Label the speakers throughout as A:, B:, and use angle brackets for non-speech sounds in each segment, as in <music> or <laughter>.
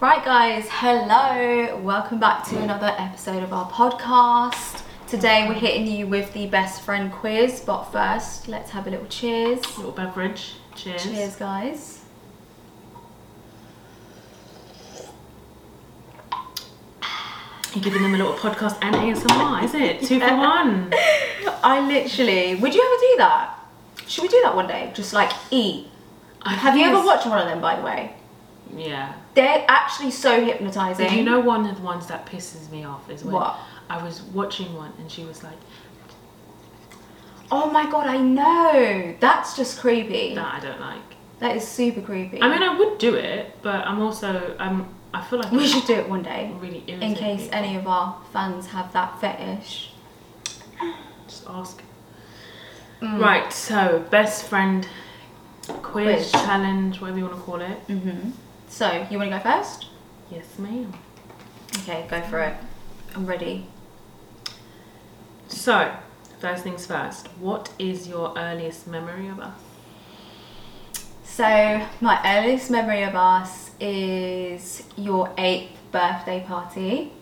A: Right, guys, hello. Welcome back to another episode of our podcast. Today we're hitting you with the best friend quiz, but first, let's have a little cheers.
B: Little beverage. Cheers.
A: Cheers, guys.
B: You're giving them a little podcast and ASMR, is it? Two
A: <laughs>
B: for one.
A: I literally, would you ever do that? Should we do that one day? Just like eat. Have you ever watched one of them, by the way?
B: Yeah.
A: They're actually so hypnotizing.
B: Do you know one of the ones that pisses me off is when
A: What?
B: I was watching one and she was like,
A: Oh my god, I know. That's just creepy.
B: "That I don't like."
A: that is super creepy.
B: I mean, I would do it, but I'm also I'm I feel like
A: we
B: it's
A: should do it one day.
B: really irritating.
A: in case any of our fans have that fetish.
B: just ask.
A: Mm.
B: Right. So best friend
A: Quiz.
B: quiz, challenge, whatever you want to call it.
A: hmm So, you want to go first?
B: Yes, ma'am.
A: Okay, go for it. I'm ready.
B: So first things first. What is your earliest memory of us?
A: So, my earliest memory of us is your eighth birthday party.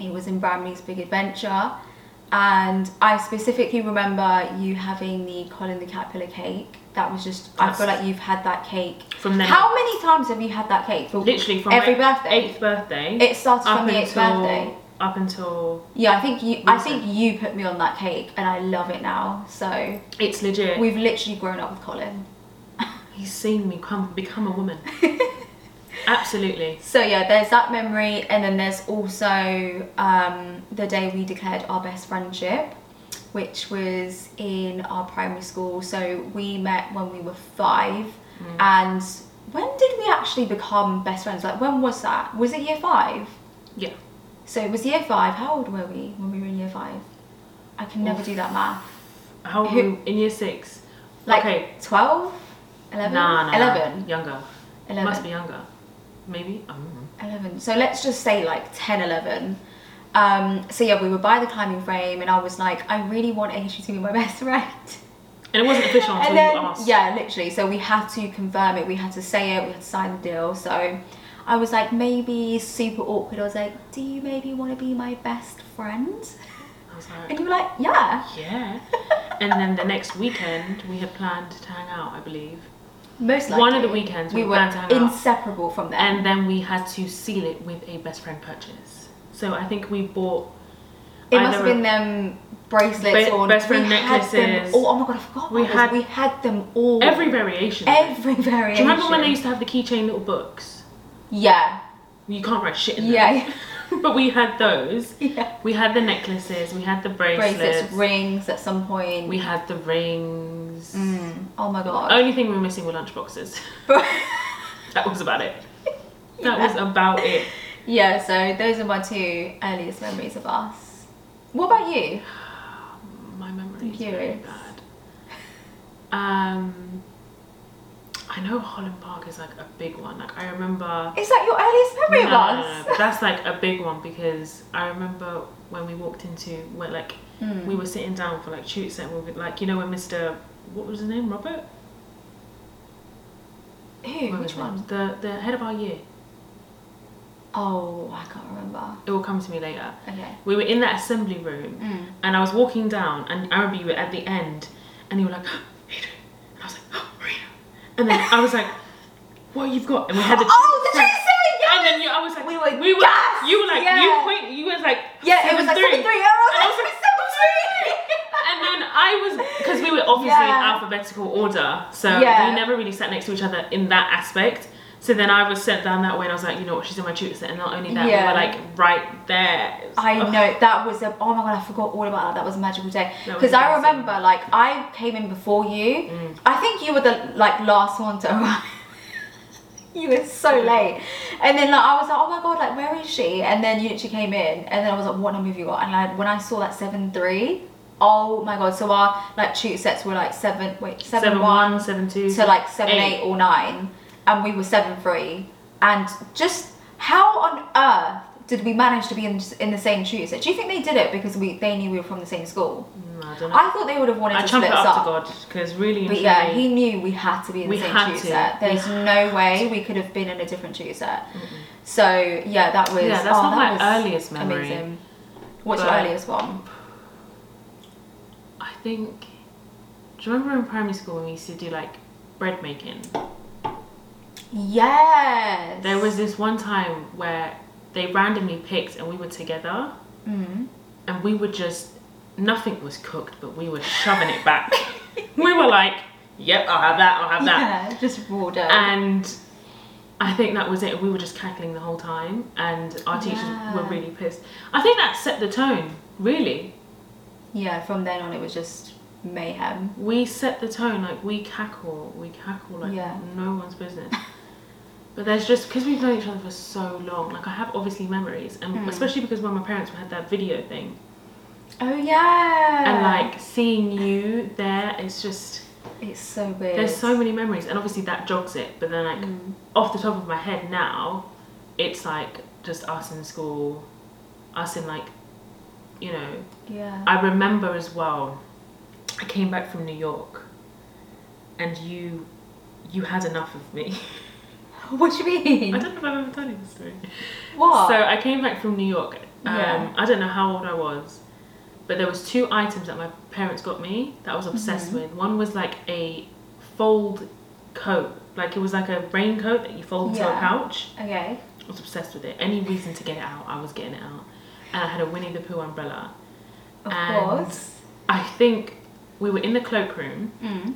A: It was in Bramley's Big Adventure, and I specifically remember you having the Colin the Caterpillar cake. That was just, I feel
B: That's-
A: like you've had that cake.
B: From then.
A: How many times have you had that cake? For-
B: Literally from
A: every
B: eight-
A: birthday?
B: Eighth birthday.
A: It started
B: up
A: from the eighth
B: until-
A: birthday.
B: Up until
A: Yeah, I think you. I
B: Reason.
A: think you put me on that cake, and I love it now. So
B: it's legit.
A: we've literally grown up with Colin.
B: He's seen me come become a
A: <laughs>
B: woman. Absolutely.
A: So yeah, there's that memory, and then there's also um, the day we declared our best friendship, which was in our primary school. So we met when we were five,
B: Mm.
A: and when did we actually become best friends? Like when was that? Was it year five?
B: Yeah.
A: So it was year five. How old were we when we were in year five? I can never do that math.
B: How old
A: Who-
B: were you in year six?
A: Like
B: okay.
A: 12? 11?
B: Nah, nah.
A: 11.
B: Younger.
A: 11.
B: Must be younger. Maybe. I don't know.
A: 11 so let's just say like 10 11 um so yeah we were by the climbing frame and i was like i really want aisha to be my <laughs> best friend
B: And it
A: <laughs>
B: wasn't official until
A: and then
B: you asked.
A: yeah literally so we had to confirm it we had to say it we had to sign the deal so i was like maybe super awkward i was like do you maybe want to be my best friend
B: I was like,
A: and you were like yeah
B: yeah. and then the next weekend we had planned to hang out, I believe.
A: most likely
B: One of the weekends
A: we
B: we
A: were
B: planned to hang out.
A: inseparable from them
B: And then we had to seal it with a best friend purchase. So I think we bought
A: It
B: I
A: must have
B: never-
A: been them bracelets
B: Ba-
A: or
B: best friend
A: we had them
B: necklaces.
A: all- oh my god, I forgot.
B: We
A: We had
B: had-
A: we had them all.
B: every variation. of it.
A: every variation.
B: Do you remember when they used to have the keychain little books?
A: Yeah,
B: You can't write shit in them.
A: yeah,
B: <laughs> but we had those.
A: yeah.
B: We had the necklaces. We had the bracelets.
A: Bracelets, rings. At some point.
B: We had the rings.
A: Mm, oh my <laughs> god.
B: Only thing we were missing were lunchboxes. <laughs> that was about it. That
A: Yeah.
B: was about it.
A: yeah. So those are my two earliest memories of us. What about you?
B: My memory is very
A: Curious.
B: bad. Um, I know Holland Park is like a big one. Like I remember.
A: Is that your earliest memory of
B: No, no, no,
A: us?
B: no, but Uh, that's like a big one because I remember when we walked into where like
A: Hmm.
B: we were sitting down for like shoots and we were like you know when Mr. What was his name? Robert.
A: Who?
B: Where was
A: Which
B: he?
A: one?
B: The the head of our year.
A: Oh, I can't remember.
B: It will come to me later.
A: Okay.
B: We were in that assembly room
A: Mm.
B: and I was walking down and I remember you were at the end and you were like <gasps> Rita and I was like <gasps> oh, Rita and then I was like <gasps> what you've got and we had the
A: <gasps> <gasps> Oh, the Jason! Yeah.
B: and then you, I was like
A: We were gassed,
B: you were like
A: yeah.
B: you point you was like
A: Yeah, it was like
B: three.
A: seven three. Oh,
B: And I
A: I
B: was
A: was
B: like,
A: like seven <laughs> three.
B: And then I was because we were obviously
A: Yeah.
B: in alphabetical order, so
A: Yeah.
B: we never really sat next to each other in that aspect. So then I was sent down that way, and I was like, you know what, she's in my tutor set, and not only that,
A: Yeah.
B: we were like right there. It was-
A: I
B: ugh.
A: know that was a oh my god I forgot all about that that was a magical day
B: That was Mm.
A: because I
B: amazing.
A: remember like I came in before you I think you were the like last one to <laughs> arrive you were so late and then like I was like oh my god like where is she and then you literally came in and then I was like what number have you got and like when I saw that seven three oh my god so our like shoot sets were like seven wait seven
B: Seven
A: one
B: one, seven two.
A: to like seven eight
B: Eight.
A: or nine and we were seven three and just how on earth did we manage to be in, in the same shoot set? Do you think they did it because we they knew we were from the same school?
B: Mm, I don't know.
A: I thought they would have wanted
B: I
A: to
B: trump
A: split us
B: it up,
A: up.
B: to God because really,
A: But
B: and
A: yeah,
B: truly-
A: he knew we had to be in the
B: We
A: same
B: had
A: shoot
B: to.
A: set.
B: We
A: There's no way we could have been in a different shoot set. So yeah, that was
B: Mm-hmm. yeah, that's
A: oh,
B: not
A: that was
B: my earliest memory.
A: amazing. What's your
B: But-
A: earliest one?
B: I think. Do you remember in primary school when we used to do like bread making?
A: Yes. <laughs>
B: There was this one time where they randomly picked and we were together
A: Mm.
B: and we were just nothing was cooked but we were shoving it back. <laughs> we were like, "Yep, I'll have that. I'll have that."
A: Yeah, just raw dough.
B: and I think that was it. We were just cackling the whole time, and our teachers
A: Yeah.
B: were really pissed. I think that set the tone. Really,
A: yeah, from then on it was just mayhem.
B: we set the tone. Like we cackle, we cackle like
A: Yeah.
B: no one's business. but there's just because we've known each other for so long. Like I have obviously memories, and
A: Hmm.
B: especially because when my parents had that video thing,
A: Oh yeah.
B: and like seeing you there, it's just
A: it's Hmm. so weird.
B: there's so many memories, and obviously that jogs it. But then like off the top of my head now, it's like just us in school, us in like, you know.
A: yeah.
B: I remember as well. I came back from New York, and you, you had enough of me.
A: <laughs> what do you
B: I
A: mean?
B: <laughs> don't know if I've ever told you this story.
A: what?
B: So I came back from New York. Um,
A: Yeah.
B: I don't know how old I was, but there was two items that my parents got me that I was obsessed with. One was like a fold coat, like it was like a raincoat that you fold to a
A: Yeah.
B: pouch.
A: okay.
B: I was obsessed with it. Any reason to get it out, I was getting it out. And I had a Winnie the Pooh umbrella.
A: Of
B: And-
A: course.
B: I think we were in the cloakroom
A: Mm.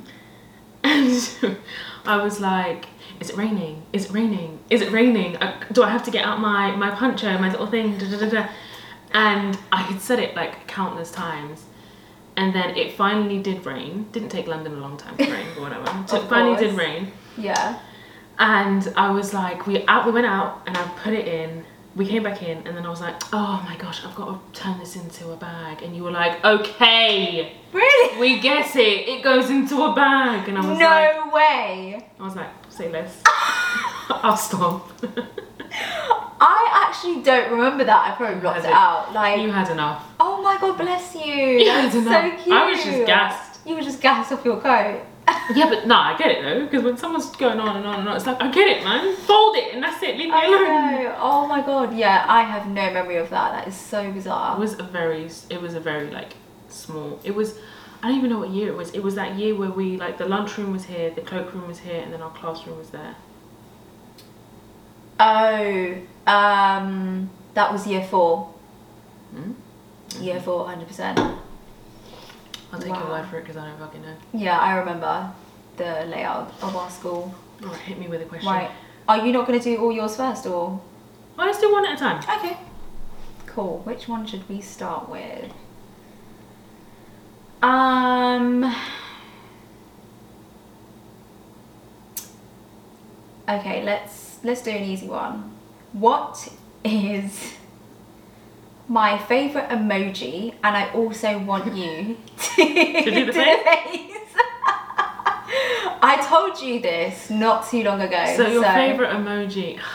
B: and <laughs> I was like, is it raining? Is it raining? Is it raining? Uh, Do I have to get out my, my poncho, my little thing? Da, da, da, da. And I had said it like countless times. And then it finally did rain. Didn't take London a long time to rain,
A: <laughs>
B: but whatever. So
A: Of
B: it finally did
A: course.
B: rain
A: Yeah.
B: and I was like, we out, we went out, and I put it in. We came back in, and then I was like, oh my gosh, I've got to turn this into a bag. And you were like, okay,
A: Really?
B: we get it. It goes into a bag. And I
A: No
B: was like,
A: way. <laughs>
B: I was like, say less. <laughs> I'll stop. <laughs>
A: I actually don't remember that. I probably blocked
B: Has
A: it
B: it?
A: out. Like,
B: you had enough.
A: oh my god, bless you.
B: <laughs> You
A: That's
B: had enough.
A: so cute.
B: I was just gassed.
A: You were just gassed off your coat. <laughs>
B: <laughs> Yeah, but nah, I get it though, because when someone's going on and on and on, it's like, I get it, man. Fold it, and that's it. Leave me
A: I
B: alone.
A: know. Oh my god. Yeah, I have no memory of that. That is so
B: It
A: bizarre.
B: was a very, it was a very like small. It was, I don't even know what year it was. It was that year where we like the lunchroom was here, the cloakroom was here, and then our classroom was there.
A: Oh, um, that was year four.
B: Hmm?
A: Year four, hundred percent.
B: I'll take your
A: Wow.
B: word for it because I don't fucking know.
A: Yeah, I remember the layout of our school.
B: All right, hit me with a question.
A: Right. Are you not going to do all yours first, or?
B: Oh, let's do one at a time.
A: Okay. Cool. Which one should we start with? Um. Okay, let's let's do an easy one. What is my favorite emoji? And I also want
B: <laughs>
A: you to,
B: do the
A: do face. <laughs> I told you this not too long ago.
B: So your favorite emoji? <sighs>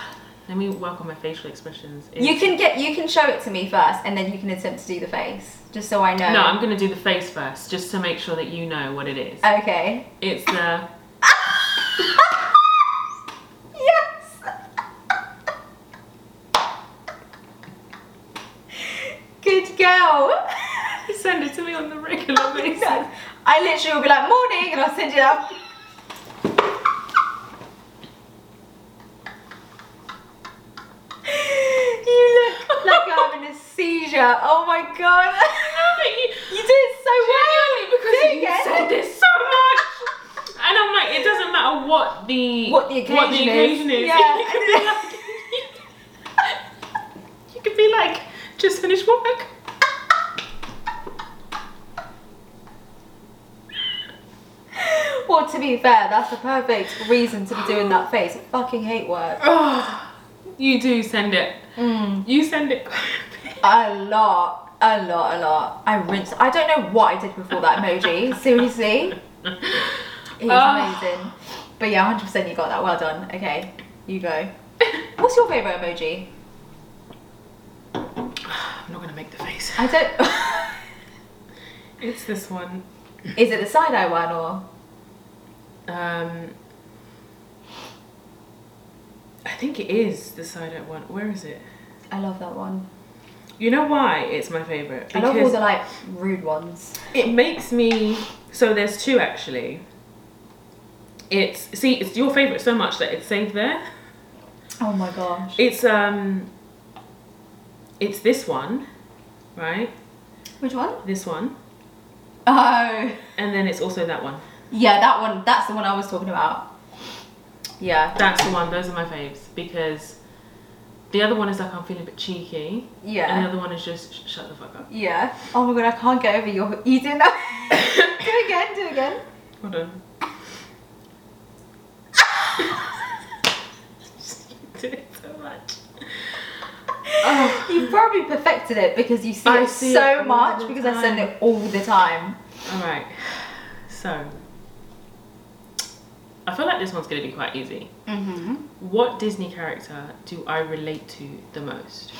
B: Let me work on my facial expressions. Is-
A: you can get you can show it to me first, and then you can attempt to do the face, just so I know.
B: No, I'm gonna do the face first, just to make sure that you know what it is.
A: okay. <laughs>
B: It's the.
A: Yes. <laughs> Good girl.
B: You send it to me on the <laughs> regular basis.
A: I literally will be like morning, and I'll send you that. <laughs> you look like you're having a seizure. Oh my god. <laughs> You did it so well.
B: because
A: Do it
B: you
A: again.
B: said this so much. And I'm like, it doesn't matter what the
A: What the occasion is.
B: occasion is.
A: Yeah.
B: You could be like, <laughs> you could be like, <laughs> just
A: <sighs>
B: finished work.
A: Well, to be fair, that's the perfect reason to be doing that face. I fucking hate work.
B: you do send it.
A: Mm.
B: You send it.
A: A lot, a lot, a lot. I rinse. I don't know what I did before that emoji. Seriously, <laughs> it is
B: Ah.
A: amazing. But yeah, hundred percent, you got that. Well done. Okay, you go.
B: <sighs>
A: What's your favorite emoji?
B: I'm not gonna make the face.
A: I don't.
B: It's this one.
A: <laughs> Is it the side eye one or?
B: Um, I think it is the side out one. Where is it?
A: I love that one.
B: You know why it's my favorite?
A: I love all the like rude ones.
B: it makes me. So there's two actually. It's see, it's your favorite so much that it's saved there.
A: Oh my gosh.
B: It's um. It's this one, right?
A: Which one?
B: This one,
A: Oh.
B: and then it's also that one.
A: Yeah, that one. That's the one I was talking about. Yeah.
B: That's the one. Those are my faves because the other one is like I'm feeling a bit cheeky, and the
A: Yeah.
B: other one is just sh- shut the fuck up.
A: Yeah. Oh my god, I can't get over your you doing that. <coughs> do it again. Do it again.
B: Hold on.
A: <laughs>
B: you did it so much. Oh.
A: You've probably perfected it because you see
B: I
A: it
B: see it
A: so
B: all
A: much
B: the
A: because I send
B: time.
A: it all the time.
B: All right. So, I feel like this one's gonna be quite easy.
A: Mm-hmm.
B: What Disney character do I relate to the most?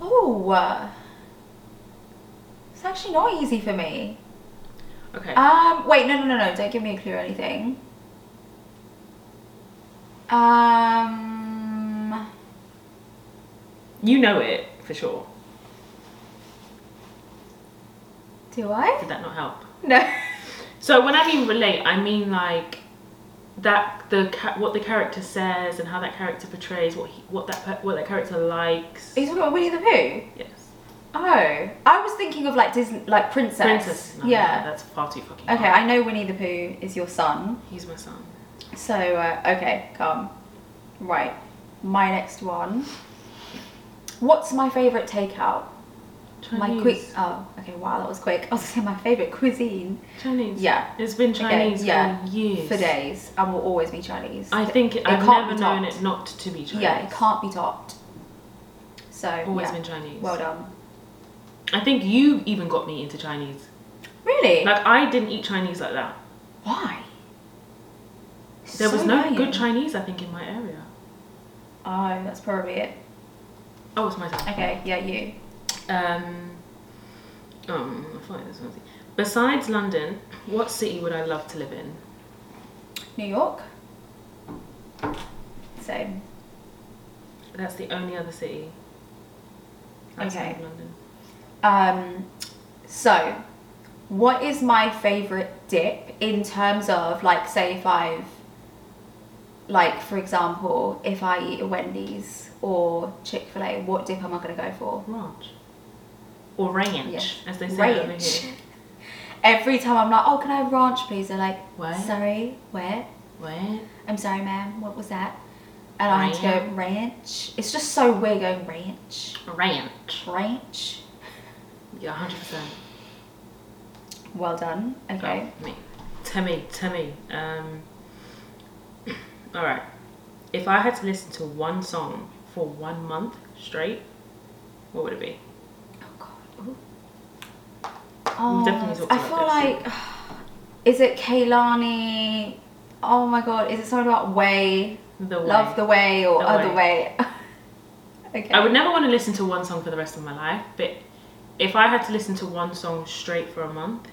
A: Oh, uh, it's actually not easy for me.
B: Okay.
A: Um, wait, no, no, no, no. Don't give me a clue or anything. Um,
B: you know it for sure.
A: do I?
B: Did that not help?
A: No.
B: So when I mean relate, I mean like that the ca- what the character says and how that character portrays what he, what that per- what that character likes.
A: Are you talking about Winnie the Pooh?
B: Yes.
A: Oh, I was thinking of like Disney, like princess.
B: Princess. No, no, no,
A: yeah.
B: that's far too fucking.
A: Okay,
B: hard.
A: I know Winnie the Pooh is your son.
B: He's my son.
A: So, uh, okay, come. Right, my next one. What's my favourite takeout? My
B: Chinese.
A: quick. Oh, okay, wow, that was quick. I was gonna say my favourite cuisine
B: Chinese.
A: Yeah.
B: It's been Chinese
A: yeah,
B: for years.
A: for days and will always be Chinese.
B: I think
A: it
B: I've
A: can't
B: never
A: be
B: known
A: topped.
B: it not to be Chinese.
A: yeah, it can't be topped. So,
B: Always
A: yeah.
B: been Chinese.
A: well done.
B: I think you even got me into Chinese.
A: Really?
B: Like I didn't eat Chinese like that.
A: Why?
B: There was
A: So
B: no
A: annoying.
B: good Chinese, I think, in my area.
A: Oh, that's probably it.
B: Oh, it's my turn.
A: Okay, yeah, you.
B: Um, um, I thought this was Besides London, what city would I love to live in?
A: New York? Same.
B: That's the only other city. outside
A: Okay.
B: of London.
A: Um, so, what is my favorite dip in terms of like, say, if I've, like, for example, if I eat a Wendy's or Chick Fil A, what dip am I gonna go for?
B: Ranch. Or ranch,
A: Yes.
B: as they say over
A: Ranch.
B: here.
A: Every time I'm like, oh, can I have ranch, please? They're like,
B: What?
A: sorry, where?
B: Where?
A: I'm sorry, ma'am. What was that? And I had to go
B: Ranch.
A: ranch. It's just so weird going ranch,
B: Ranch.
A: ranch.
B: Yeah, hundred percent.
A: Well done. Okay.
B: Oh, me. Timmy, Timmy. Um, <clears throat> all right. If I had to listen to one song for one month straight, what would it be?
A: Oh god. Ooh. Oh,
B: definitely talked
A: I
B: about
A: feel
B: this.
A: like <sighs> is it Kaylani? Oh my god, is it something about way,
B: The way.
A: love the way or
B: The
A: other way? <laughs> okay.
B: I would never want to listen to one song for the rest of my life, but if I had to listen to one song straight for a month,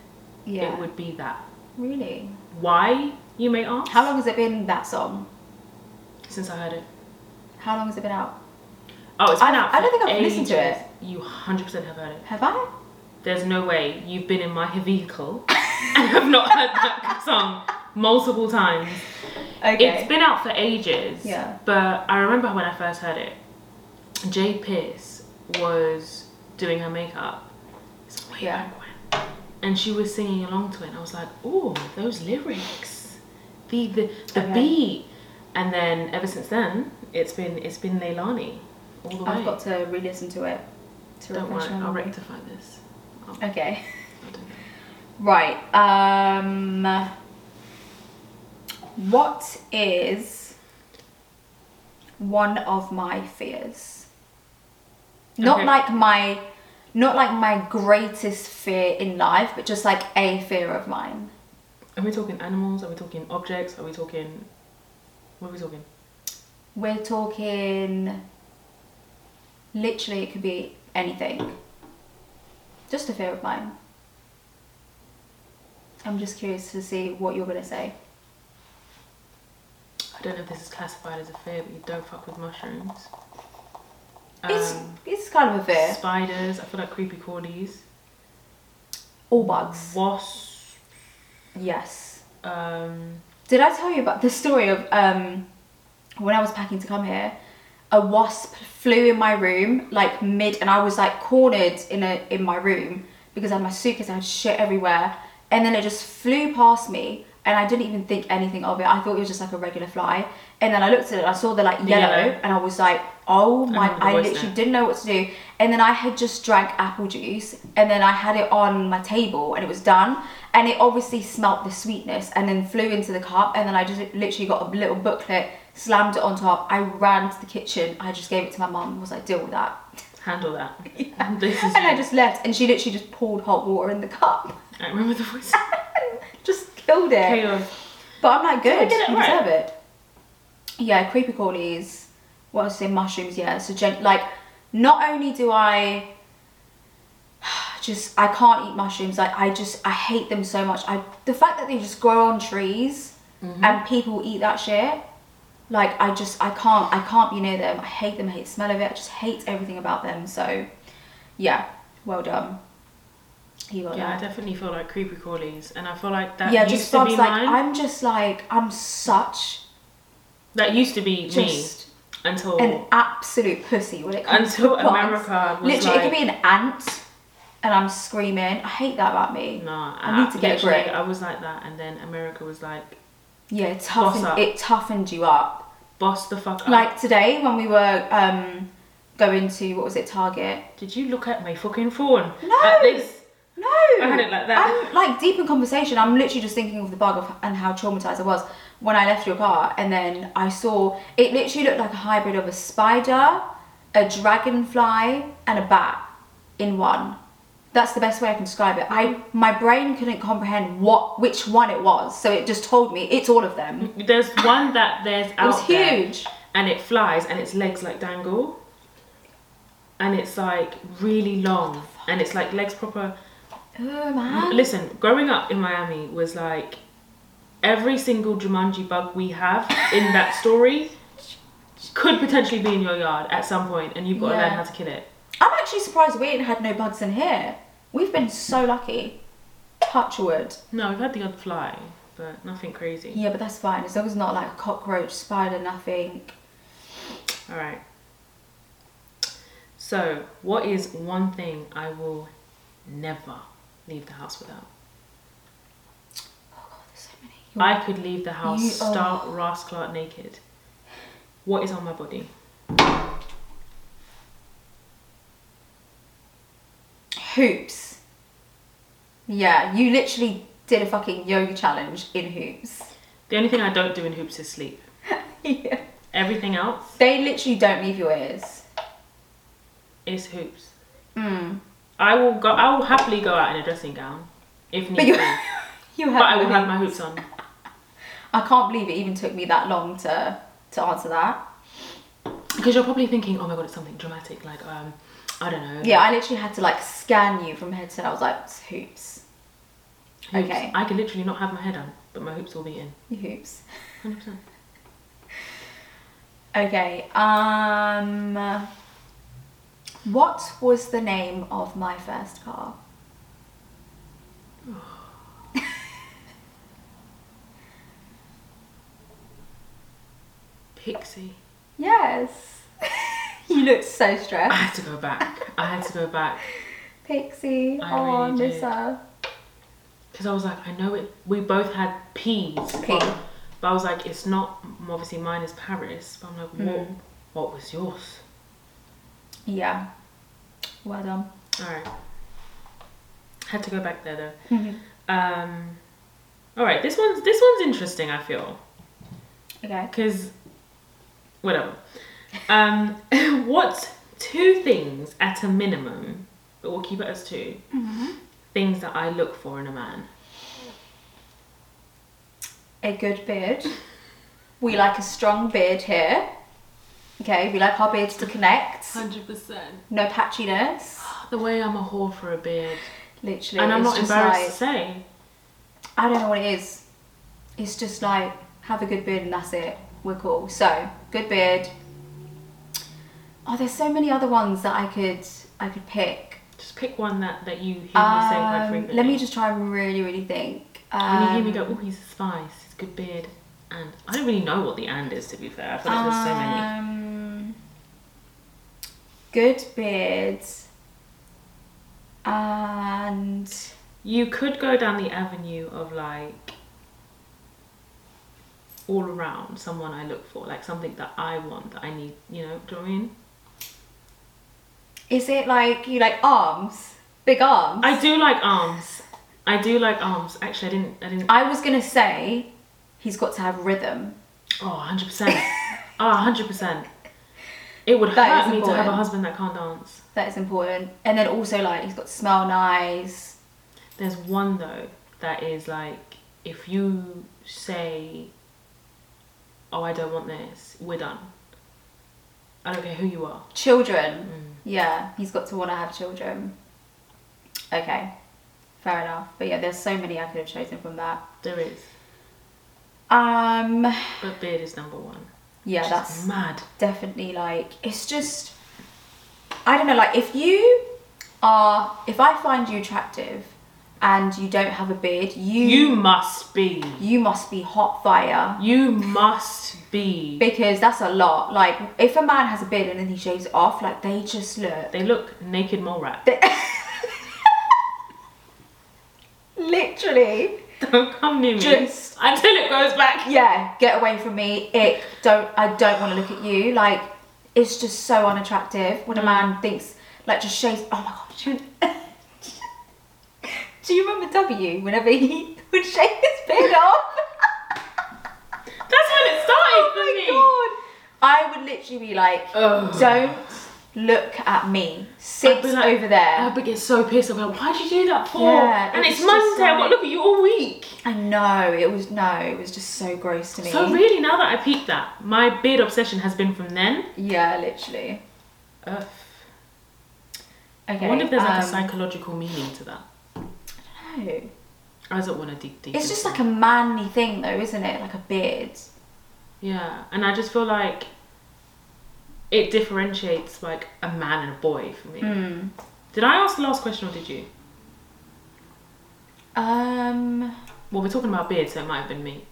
A: yeah.
B: it would be that.
A: Really?
B: Why, you may ask?
A: How long has it been that song?
B: Since I heard it.
A: How long has it been out?
B: Oh, it's been
A: I-
B: out.
A: I don't
B: for
A: think I've listened to
B: ages. You 100% have heard it.
A: Have I?
B: There's no way you've been in my vehicle <laughs> and have not heard that song multiple times.
A: Okay.
B: It's been out for ages.
A: Yeah.
B: But I remember when I first heard it, Jay Pierce was doing her makeup. It's way
A: Yeah.
B: back when. And she was singing along to it, and I was like, "Oh, those lyrics, the the, the
A: Okay.
B: beat." And then ever since then, it's been it's been Leilani all the way.
A: I've got to re-listen to it. To
B: Don't worry,
A: refresh my
B: I'll
A: memory.
B: rectify this. I'll,
A: Okay.
B: I'll do that.
A: Right. Um. What is one of my fears? Not
B: Okay.
A: like my, not like my greatest fear in life, but just like a fear of mine.
B: Are we talking animals? Are we talking objects? Are we talking? What are we talking?
A: We're talking. Literally, it could be anything. Just a fear of mine. I'm just curious to see what you're gonna say.
B: I don't know if this is classified as a fear, but you don't fuck with mushrooms.
A: it's
B: Um,
A: it's kind of a fear.
B: Spiders. I feel like creepy crawlies.
A: All bugs.
B: Wasps.
A: Yes.
B: Um,
A: Did I tell you about the story of um, when I was packing to come here? A wasp flew in my room, like mid, and I was like cornered in a in my room because I had my suitcase, I had shit everywhere, and then it just flew past me, and I didn't even think anything of it. I thought it was just like a regular fly, and then I looked at it, and I saw the like
B: The
A: yellow,
B: yellow.
A: and I was like, oh my!
B: remember the
A: I
B: voice
A: literally
B: now.
A: didn't know what to do, and then I had just drank apple juice, and then I had it on my table, and it was done, and it obviously smelt the sweetness, and then flew into the cup, and then I just literally got a little booklet, slammed it on top. I ran to the kitchen, I just gave it to my mum, and was like, deal with that,
B: handle that.
A: <laughs>
B: <laughs> This is
A: and I just left, and she literally just poured hot water in the cup, <laughs>
B: I remember the voice.
A: just killed it.
B: Okay, um,
A: But I'm like, good.
B: we did it
A: you
B: right.
A: deserve it. Yeah, creepy crawlies. What else? Say mushrooms. Yeah. So gen- like, not only do I <sighs> just I can't eat mushrooms. Like I just I hate them so much. I the fact that they just grow on trees
B: Mm-hmm.
A: and people eat that shit. Like I just I can't I can't be near them. I hate them. I hate the smell of it. I just hate everything about them. So, yeah. Well done. You got
B: yeah, I
A: that.
B: definitely feel like creepy crawlies, and I feel like that
A: Yeah,
B: used
A: just
B: to be
A: bugs. Like
B: mine.
A: I'm just like I'm such
B: That used to be
A: just
B: me until
A: an absolute pussy when it comes <laughs>
B: Oh. until
A: to bugs.
B: America was
A: Literally,
B: like.
A: it could be an ant, and I'm screaming. I hate that about me.
B: Nah,
A: I need to get a
B: literally,
A: grip.
B: I was like that, and then America was like,
A: Yeah, it
B: Boss
A: toughened,
B: up.
A: it toughened you up.
B: "Boss the fuck up."
A: Like today when we were um, going to what was it, Target?
B: did you look at my fucking phone?
A: No.
B: At this,
A: No,
B: I had it like that.
A: I'm like deep in conversation. I'm literally just thinking of the bug of, and how traumatized I was when I left your car, and then I saw it. Literally looked like a hybrid of a spider, a dragonfly, and a bat in one. That's the best way I can describe it. I my brain couldn't comprehend what which one it was, so it just told me it's all of them.
B: There's one that there's
A: It
B: out
A: was
B: there,
A: huge.
B: and it flies, and its legs like dangle, and it's like really long, and it's like legs proper.
A: Oh man.
B: Listen, growing up in Miami was like every single Jumanji bug we have in that story could potentially be in your yard at some point, and you've got to
A: Yeah.
B: learn how to kill it.
A: I'm actually surprised we ain't had no bugs in here. We've been so lucky. Touch wood.
B: No, we've had the odd fly, but nothing crazy.
A: Yeah, but that's fine. As long as it's not like a cockroach, spider, nothing.
B: All right. So, what is one thing I will never leave the house without?
A: Oh god, there's so many.
B: I could leave the house
A: You- oh.
B: stark, Ross Clark naked. What is on my body?
A: Hoops. Yeah, you literally did a fucking yoga challenge in hoops.
B: The only thing I don't do in hoops is sleep.
A: <laughs> yeah.
B: Everything else
A: They literally don't leave your ears.
B: is hoops.
A: Mm.
B: I will go. I will happily go out in a dressing gown if
A: But
B: need
A: you,
B: be.
A: <laughs> you
B: But I
A: have.
B: will have my hoops on.
A: I can't believe it even took me that long to to answer that.
B: Because you're probably thinking, oh my god, it's something dramatic. Like, um, I don't know.
A: Yeah, I literally had to like scan you from head to toe. I was like, it's hoops,
B: Hoops.
A: okay.
B: I can literally not have my head on, but my hoops will be in.
A: you hoops.
B: 100%.
A: <laughs> Okay. Um. What was the name of my first car?
B: Pixie.
A: Yes. <laughs> you look so
B: I
A: stressed.
B: had to go back. I had to go back
A: Pixie.
B: I
A: Oh,
B: really
A: miss
B: did.
A: her.
B: because I was like, I know it. We both had peas,
A: P.
B: but, but I was like, it's not. Obviously, mine is Paris. But I'm like, what? What was yours?
A: Yeah. Well done.
B: All right. Had to go back there
A: <laughs>
B: though. um, all right. This one's this one's interesting. I feel.
A: Okay.
B: because whatever. Um, <laughs> what two things at a minimum, but we'll keep it as 2 Mm-hmm. things that I look for in a man?
A: A good beard. We like a strong beard here. Okay. We like our beards to connect.
B: Hundred percent.
A: No patchiness.
B: the way I'm a whore for a beard,
A: Literally,
B: and I'm
A: it's
B: not
A: just
B: embarrassed
A: like-
B: to say.
A: I don't know what it is. It's just like have a good beard and that's it. We're cool. So good beard. Oh, there's so many other ones that I could I could pick.
B: Just pick one that that you hear me say quite
A: Um,
B: frequently.
A: let me just try and really really think.
B: When you hear me
A: Um,
B: go, oh, he's a spice, he's a good beard, and I don't really know what the and is to be fair. I feel like there's so
A: Uh,
B: many.
A: Um, good beards. And
B: You could go down the avenue of like all around someone I look for, like something that I want, that I need. You know, do you know what I mean?
A: is it like you like arms, big arms?
B: I do like arms. I do like arms. Actually, I didn't. I didn't.
A: I was gonna say, he's got to have rhythm.
B: Oh, 100 percent. Oh, 100 percent. It would
A: That is
B: hurt me to have a
A: important.
B: husband that can't dance.
A: That is important. And then also like he's got to smell nice.
B: There's one though that is like if you say, "Oh, I don't want this," we're done. I don't care who you are.
A: Children.
B: Mm.
A: Yeah, he's got to want to have children. Okay, fair enough. But yeah, there's so many I could have chosen from that.
B: There is,
A: Um,
B: but beard is number one.
A: yeah,
B: Which
A: that's
B: is mad.
A: definitely like it's just I don't know. Like if you are, if I find you attractive and you don't have a beard, you
B: You must be.
A: you must be hot fire.
B: You must be.
A: because that's a lot. Like if a man has a beard and then he shaves it off, like they just look
B: They look naked mole rat. <laughs>
A: literally.
B: Don't come near me.
A: Just-
B: until it goes back.
A: Yeah, get away from me. Ick. Don't. I don't want to look at you. Like it's just so unattractive when a man thinks like just shaves. Oh my god. <laughs> Do you, do you remember W? Whenever he <laughs> would shave his beard off. <laughs>
B: That's when it started
A: oh
B: for
A: my
B: me.
A: god. I would literally be like,
B: Ugh.
A: don't look at me. Sit
B: I'd be like-
A: over there.
B: I would get so pissed. I'm like, why'd you do that for?
A: Yeah,
B: and
A: it's
B: it's
A: just
B: Monday. I've got
A: like-
B: to look at you all week.
A: I know it was no, it was just so gross to me.
B: So really, now that I peeped that, my beard obsession has been from then.
A: yeah, literally.
B: Ugh.
A: Okay.
B: I wonder if there's like a
A: um,
B: psychological meaning to that.
A: no.
B: I don't want to deep deep.
A: It's just like a manly thing, though, isn't it? Like a beard.
B: yeah, and I just feel like it differentiates like a man and a boy for me.
A: Mm.
B: Did I ask the last question or did you?
A: Um.
B: Well, we're talking about beard, so it might have been me.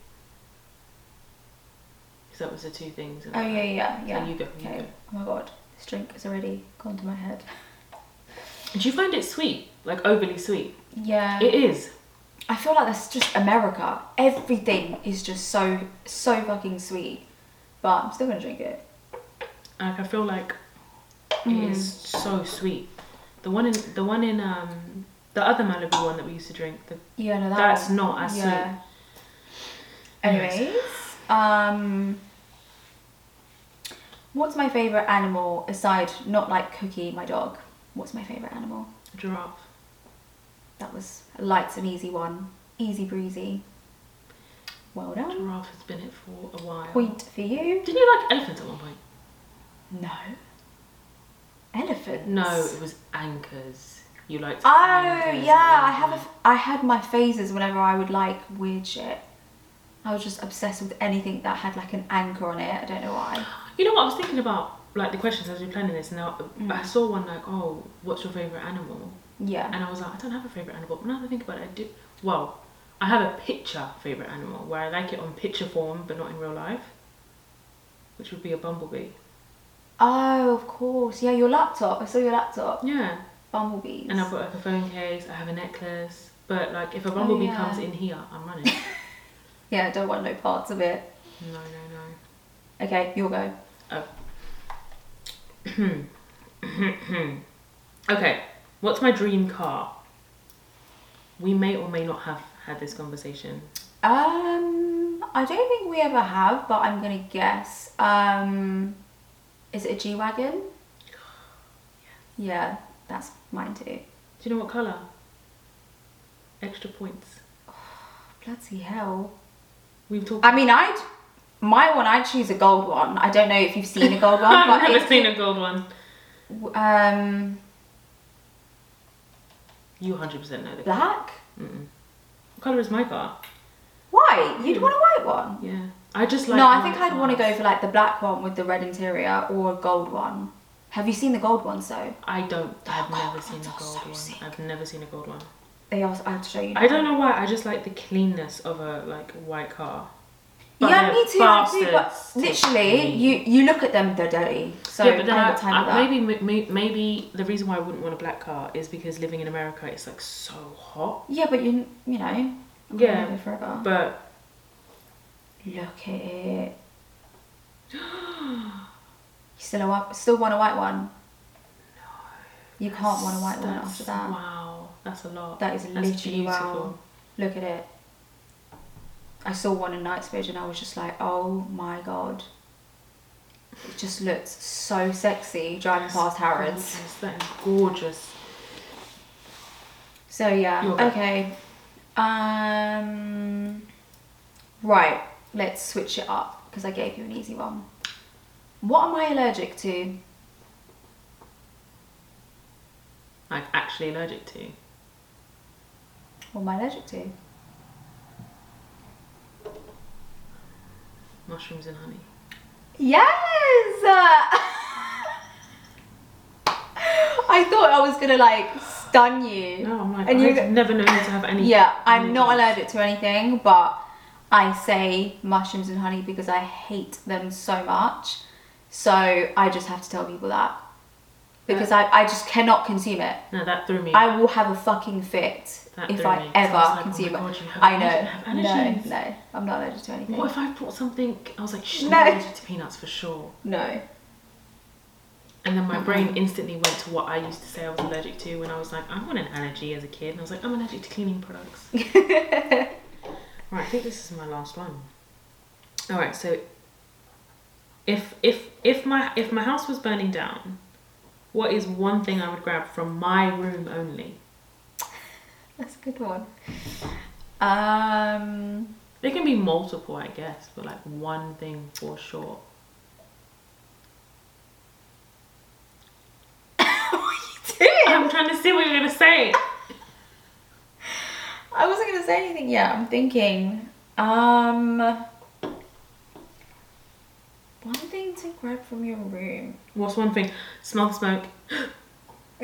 B: Because that was the two things.
A: Oh yeah, yeah, yeah.
B: you go, you
A: okay.
B: go.
A: Oh my god, this drink has already gone to my head.
B: Do you find it sweet? Like overly sweet?
A: Yeah.
B: It is.
A: I feel like that's just America. Everything is just so so fucking sweet. But I'm still gonna drink it.
B: Like I feel like
A: Mm.
B: it is so sweet. The one in the one in um the other Malibu one that we used to drink. The,
A: Yeah, no, that
B: that's
A: one.
B: not as
A: yeah.
B: sweet. Anyways.
A: Anyways, um, what's my favorite animal aside not like Cookie, my dog? What's my favorite animal?
B: Giraffe.
A: That was a light and easy one, easy breezy. Well done.
B: Giraffe has been it for a while.
A: Point for you.
B: Didn't you like elephants at one point?
A: No. Elephants.
B: No, it was anchors. You liked.
A: Oh
B: anchors
A: yeah, I
B: at one
A: have. A,
B: point.
A: f- I had my phases whenever I would like weird shit. I was just obsessed with anything that had like an anchor on it. I don't know why.
B: You know what I was thinking about? Like the questions as we were planning this, and I,
A: Mm.
B: I saw one like, "Oh, what's your favorite animal?"
A: Yeah.
B: And I was like, I don't have a favourite animal. But now that I think about it, I do. Well, I have a picture favourite animal where I like it on picture form but not in real life, which would be a bumblebee.
A: Oh, of course. Yeah, your laptop. I saw your laptop.
B: Yeah.
A: Bumblebees.
B: And I've got like a phone case, I have a necklace. But like if a bumblebee
A: Oh, yeah.
B: comes in here, I'm running.
A: <laughs>
B: no,
A: yeah, don't want no parts of it.
B: no, no.
A: Okay, you'll go.
B: <clears throat> Okay, what's my dream car? We may or may not have had this conversation.
A: Um, I don't think we ever have, but I'm gonna guess. Um, is it a G wagon? Yeah, that's mine too.
B: Do you know what colour? Extra points.
A: Bloody hell.
B: We've talked.
A: I mean, I'd my one. I'd choose a gold one. I don't know
B: <laughs>
A: if you've seen a gold one,
B: I've
A: but
B: never
A: it,
B: seen a gold one.
A: um,
B: You 100% know the colour.
A: Black?
B: What colour is my car?
A: White? You'd want a white one?
B: Yeah. I just Hmm. like.
A: no, I
B: my
A: think I'd want to
B: cars.
A: go for like the black one with the red interior or a gold one. Have you seen the gold ones though?
B: I don't. I've
A: gold
B: never
A: ones
B: seen a
A: are
B: gold
A: so
B: one.
A: sick.
B: I've never seen a gold one.
A: They are. I have to show you.
B: I don't know why. I just like the cleanness of a like white car. But
A: yeah,
B: they're
A: me too. I do, but
B: bastards to
A: literally,
B: me.
A: you you look at them, they're dirty. So
B: yeah, but
A: I
B: then
A: have
B: I,
A: a time
B: I-
A: for that.
B: maybe may- may- maybe the reason why I wouldn't want a black car is because living in America it's like so hot.
A: Yeah, but you you know. I'm gonna
B: Yeah,
A: live Forever.
B: But
A: Look at it.
B: <gasps>
A: You still a white, still want a white one? No. You can't want a white one
B: that's-
A: after that.
B: Wow, that's a lot.
A: That is
B: That's
A: literally wow.
B: beautiful.
A: Look at it. I saw one in Knightsbridge and I was just like, oh my god. It just looks so sexy driving past Harrods.
B: Gorgeous, That is gorgeous.
A: So yeah,
B: You're right.
A: okay. Um, right, let's switch it up because I gave you an easy one. What am I allergic to?
B: Like actually allergic to.
A: What am I allergic to?
B: Mushrooms and honey.
A: Yes! <laughs> I thought I was gonna like stun you.
B: No, I'm like
A: And you-
B: I've never known you to have any.
A: Yeah, I'm
B: any
A: not
B: kind.
A: allergic to anything, but I say mushrooms and honey because I hate them so much. So I just have to tell people that. Because I, I just cannot consume it.
B: No, that threw me.
A: I will have a fucking fit
B: That
A: if
B: threw
A: I
B: me, 'cause I
A: ever
B: was like, oh
A: consume
B: my
A: it.
B: God, you have
A: I
B: allergies, you have
A: know.
B: allergies.
A: No, no, I'm not allergic to anything.
B: What if I brought something? I was like, she's
A: No.
B: not allergic to peanuts for sure.
A: No.
B: And
A: Mm-hmm.
B: then my brain instantly went to what I used to say I was allergic to when I was like, I want an allergy as a kid. And I was like, I'm allergic to
A: <laughs>
B: cleaning products. right, I think this is my last one. All right, so if if if my if my house was burning down, what is one thing I would grab from my room only?
A: That's a good one. Um, <laughs>
B: There can be multiple, I guess, but like one thing for sure.
A: what are you doing?
B: <laughs> I'm trying to see what you're gonna say.
A: I wasn't gonna say anything. Yeah, I'm thinking. Um, one thing to grab from your room. <laughs>
B: What's one thing? Smell the smoke.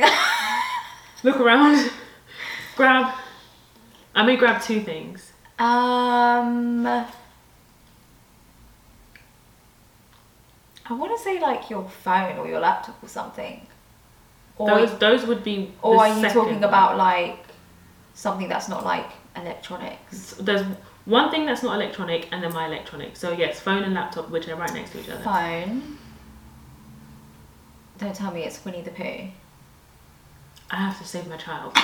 B: <gasps> Look around. <laughs> grab. I may grab two things.
A: Um, I want to say like your phone or your laptop or something. Or
B: Those those would be.
A: or
B: the
A: are you
B: second
A: talking
B: one.
A: about like something that's not like electronics?
B: S- There's one thing that's not electronic, and then my electronic. So yes, phone and laptop, which are right next to each other.
A: Phone. Don't tell me it's Winnie the Pooh.
B: I have to save
A: <laughs>
B: my
A: Oh
B: child.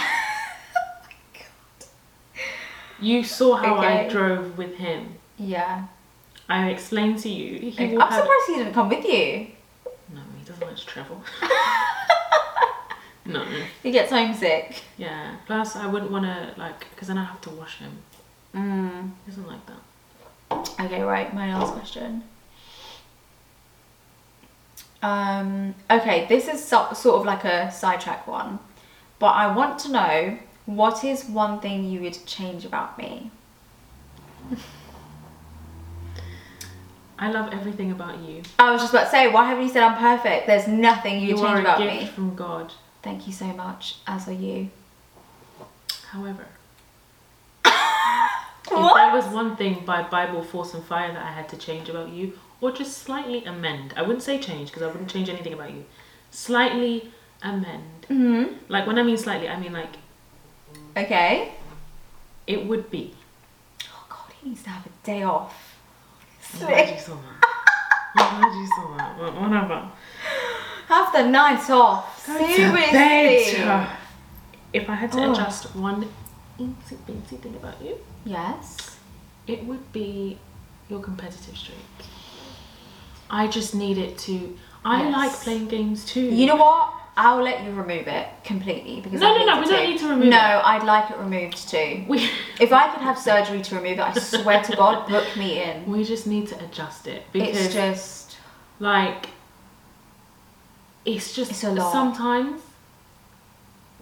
B: You saw how I
A: Okay.
B: drove with him.
A: Yeah.
B: I explained to you. He
A: I'm
B: will have-
A: surprised he didn't come with you.
B: No, he doesn't like
A: <laughs>
B: to travel. no.
A: He gets homesick.
B: Yeah. Plus, I wouldn't want to like, because then I have to wash him.
A: Mm.
B: He doesn't like that.
A: Okay, right. My last question. Um, okay, this is so, sort of like a sidetrack one, but I want to know what is one thing you would change about me?
B: I love everything about you.
A: I was just about to say, why haven't you said I'm perfect? There's nothing you
B: You
A: would
B: are
A: change
B: a
A: about
B: gift
A: me.
B: from God.
A: Thank you so much, as are you.
B: However, if
A: <laughs> What?
B: there was one thing by Bible Force and Fire that I had to change about you, or just slightly amend, I wouldn't say change because I wouldn't change anything about you. Slightly amend.
A: Mm-hmm.
B: Like when I mean slightly, I mean like
A: Okay.
B: it would be.
A: Oh god, he needs to have a day off.
B: I'm glad you saw that. I'm glad you saw that. Well, Whatever.
A: Have the night off.
B: Go to bed,
A: Seriously.
B: child. If I had to
A: Oh.
B: adjust one easy, beansy thing about you,
A: Yes.
B: It would be your competitive streak. I just need it to. I
A: Yes.
B: like playing games too.
A: You know what? I'll let you remove it completely because
B: No,
A: I
B: no, no,
A: hate
B: we
A: it
B: don't
A: too.
B: need to remove
A: No,
B: it.
A: I'd like it removed too.
B: we <laughs>
A: If I could have surgery to remove it, I swear to God, book me in.
B: we just need to adjust it because
A: It's just
B: like it's just
A: It's a lot.
B: sometimes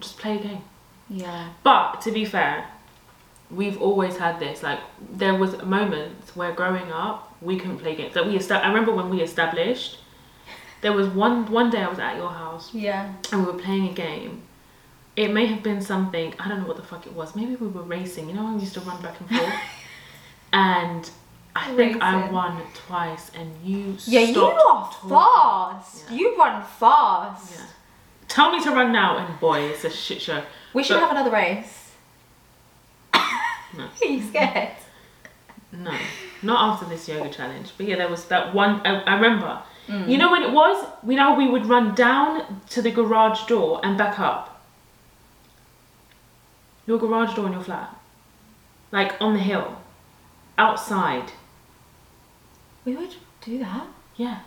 B: just play a game.
A: Yeah.
B: But to be fair, we've always had this. Like there was moments where growing up we couldn't play games. Like we esta- I remember when we established. There was one one day I was at your house
A: Yeah.
B: and we were playing a game. It may have been something I don't know what the fuck it was. Maybe we were racing. You know, I used to run back
A: <laughs>
B: and forth, and I think I
A: Racing.
B: won twice, and you
A: Yeah, you
B: stopped
A: are
B: talking.
A: fast.
B: Yeah.
A: You run fast.
B: Yeah. Tell me to run now, and boy, it's a shit show.
A: We should
B: But-
A: have another race. <laughs>
B: No.
A: Are you scared?
B: No, not after this yoga challenge. But yeah, there was that one. I, I remember.
A: Mm.
B: You know when it was? We know we would run down to the garage door and back up. Your garage door in your flat, like on the hill, outside.
A: We would do that.
B: Yeah,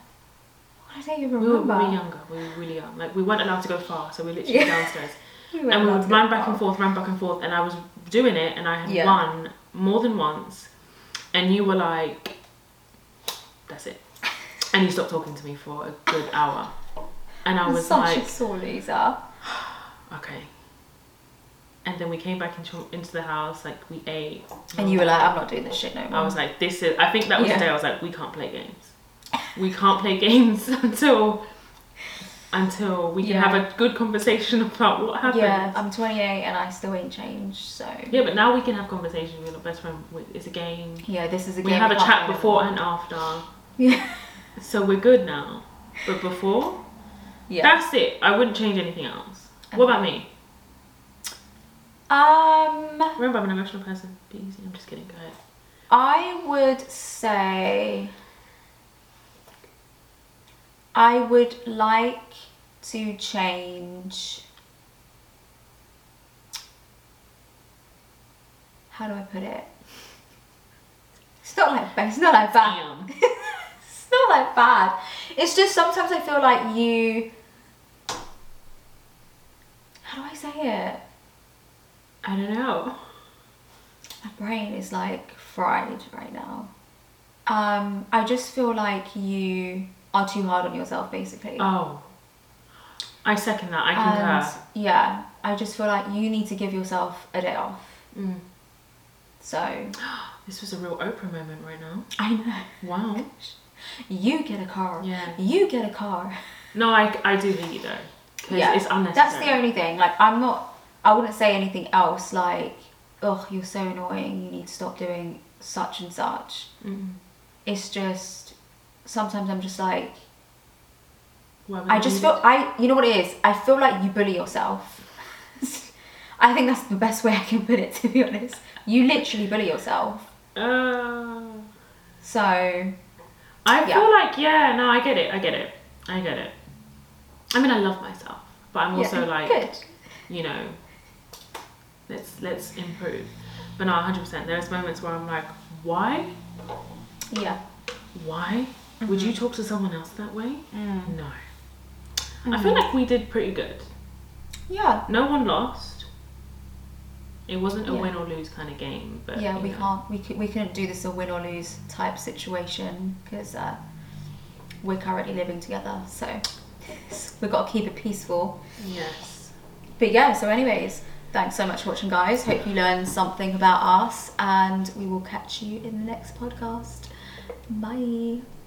A: I don't even
B: we were, we
A: remember.
B: were younger. We were really young. Like we weren't allowed to go far, so we literally
A: Yeah.
B: downstairs.
A: We were
B: and we
A: allowed
B: would
A: to
B: run
A: go
B: back and forth, run back and forth, and I was doing it, and I had
A: Yeah.
B: won more than once, and you were like, "That's it," and you stopped talking to me for a good hour, and I
A: I'm
B: was
A: such
B: like,
A: a sore loser.
B: "Okay," and then we came back into into the house, like we ate,
A: And you were like, I'm not doing this shit no more.
B: I was like, "This is," I think that was
A: Yeah.
B: the day I was like, "We can't play games, we can't play games <laughs> until." Until we can
A: Yeah.
B: have a good conversation about what happened.
A: yeah, I'm 28 and I still ain't changed. So
B: Yeah, but now we can have conversations with our best friend. with- It's a game.
A: yeah, this is a
B: We
A: game
B: have
A: I
B: a
A: can't
B: chat
A: play
B: before
A: anymore.
B: and after,
A: <laughs> Yeah.
B: so we're good now. But before,
A: yeah.
B: that's it. I wouldn't change anything else. What about me?
A: um,
B: Remember, I'm an emotional person. Be easy. I'm just kidding. Go ahead.
A: I would say I would like to change. How do I put it? It's not like bad. It's not like bad.
B: Damn.
A: it's not that bad. It's just sometimes I feel like you. How do I say it?
B: I don't know.
A: My brain is like fried right now. Um, I just feel like you are too hard on yourself, basically.
B: Oh, I second that. I
A: and
B: concur.
A: yeah, I just feel like you need to give yourself a day off.
B: Mm. <gasps>
A: So
B: This was a real Oprah moment right now.
A: I know
B: Wow.
A: you get a car.
B: Yeah.
A: You get a car.
B: No, I, I do hear you though. 'Cause it's unnecessary.
A: That's the only thing. Like, I'm not. I wouldn't say anything else. Like, oh, you're so annoying. You need to stop doing such and such.
B: Mm.
A: It's just sometimes I'm just like
B: Why would
A: I
B: you
A: just
B: do
A: feel I. You know what it is? I feel like you bully yourself. <laughs> I think that's the best way I can put it. To be honest, you literally bully yourself.
B: that? Uh,
A: So
B: I
A: Yeah.
B: feel like yeah, no, I get it, I get it, I get it. I mean, I love myself, but I'm also
A: yeah,
B: like,
A: good.
B: you know, let's let's improve. But no, 100. percent There's moments where I'm like, why,
A: Yeah.
B: why would
A: Mm-hmm.
B: you talk to someone else that way?
A: Mm.
B: No, I
A: Mm-hmm.
B: feel like we did pretty good.
A: Yeah.
B: No one lost. It wasn't a
A: Yeah.
B: win or lose kind of game, but
A: Yeah,
B: you
A: we
B: know.
A: can't. We c- we couldn't do this a win or lose type situation because uh, we're currently living together, so we've got to keep it peaceful.
B: Yes.
A: But yeah. So, anyways, thanks so much for watching, guys. Hope you learned something about us, and we will catch you in the next podcast. Bye.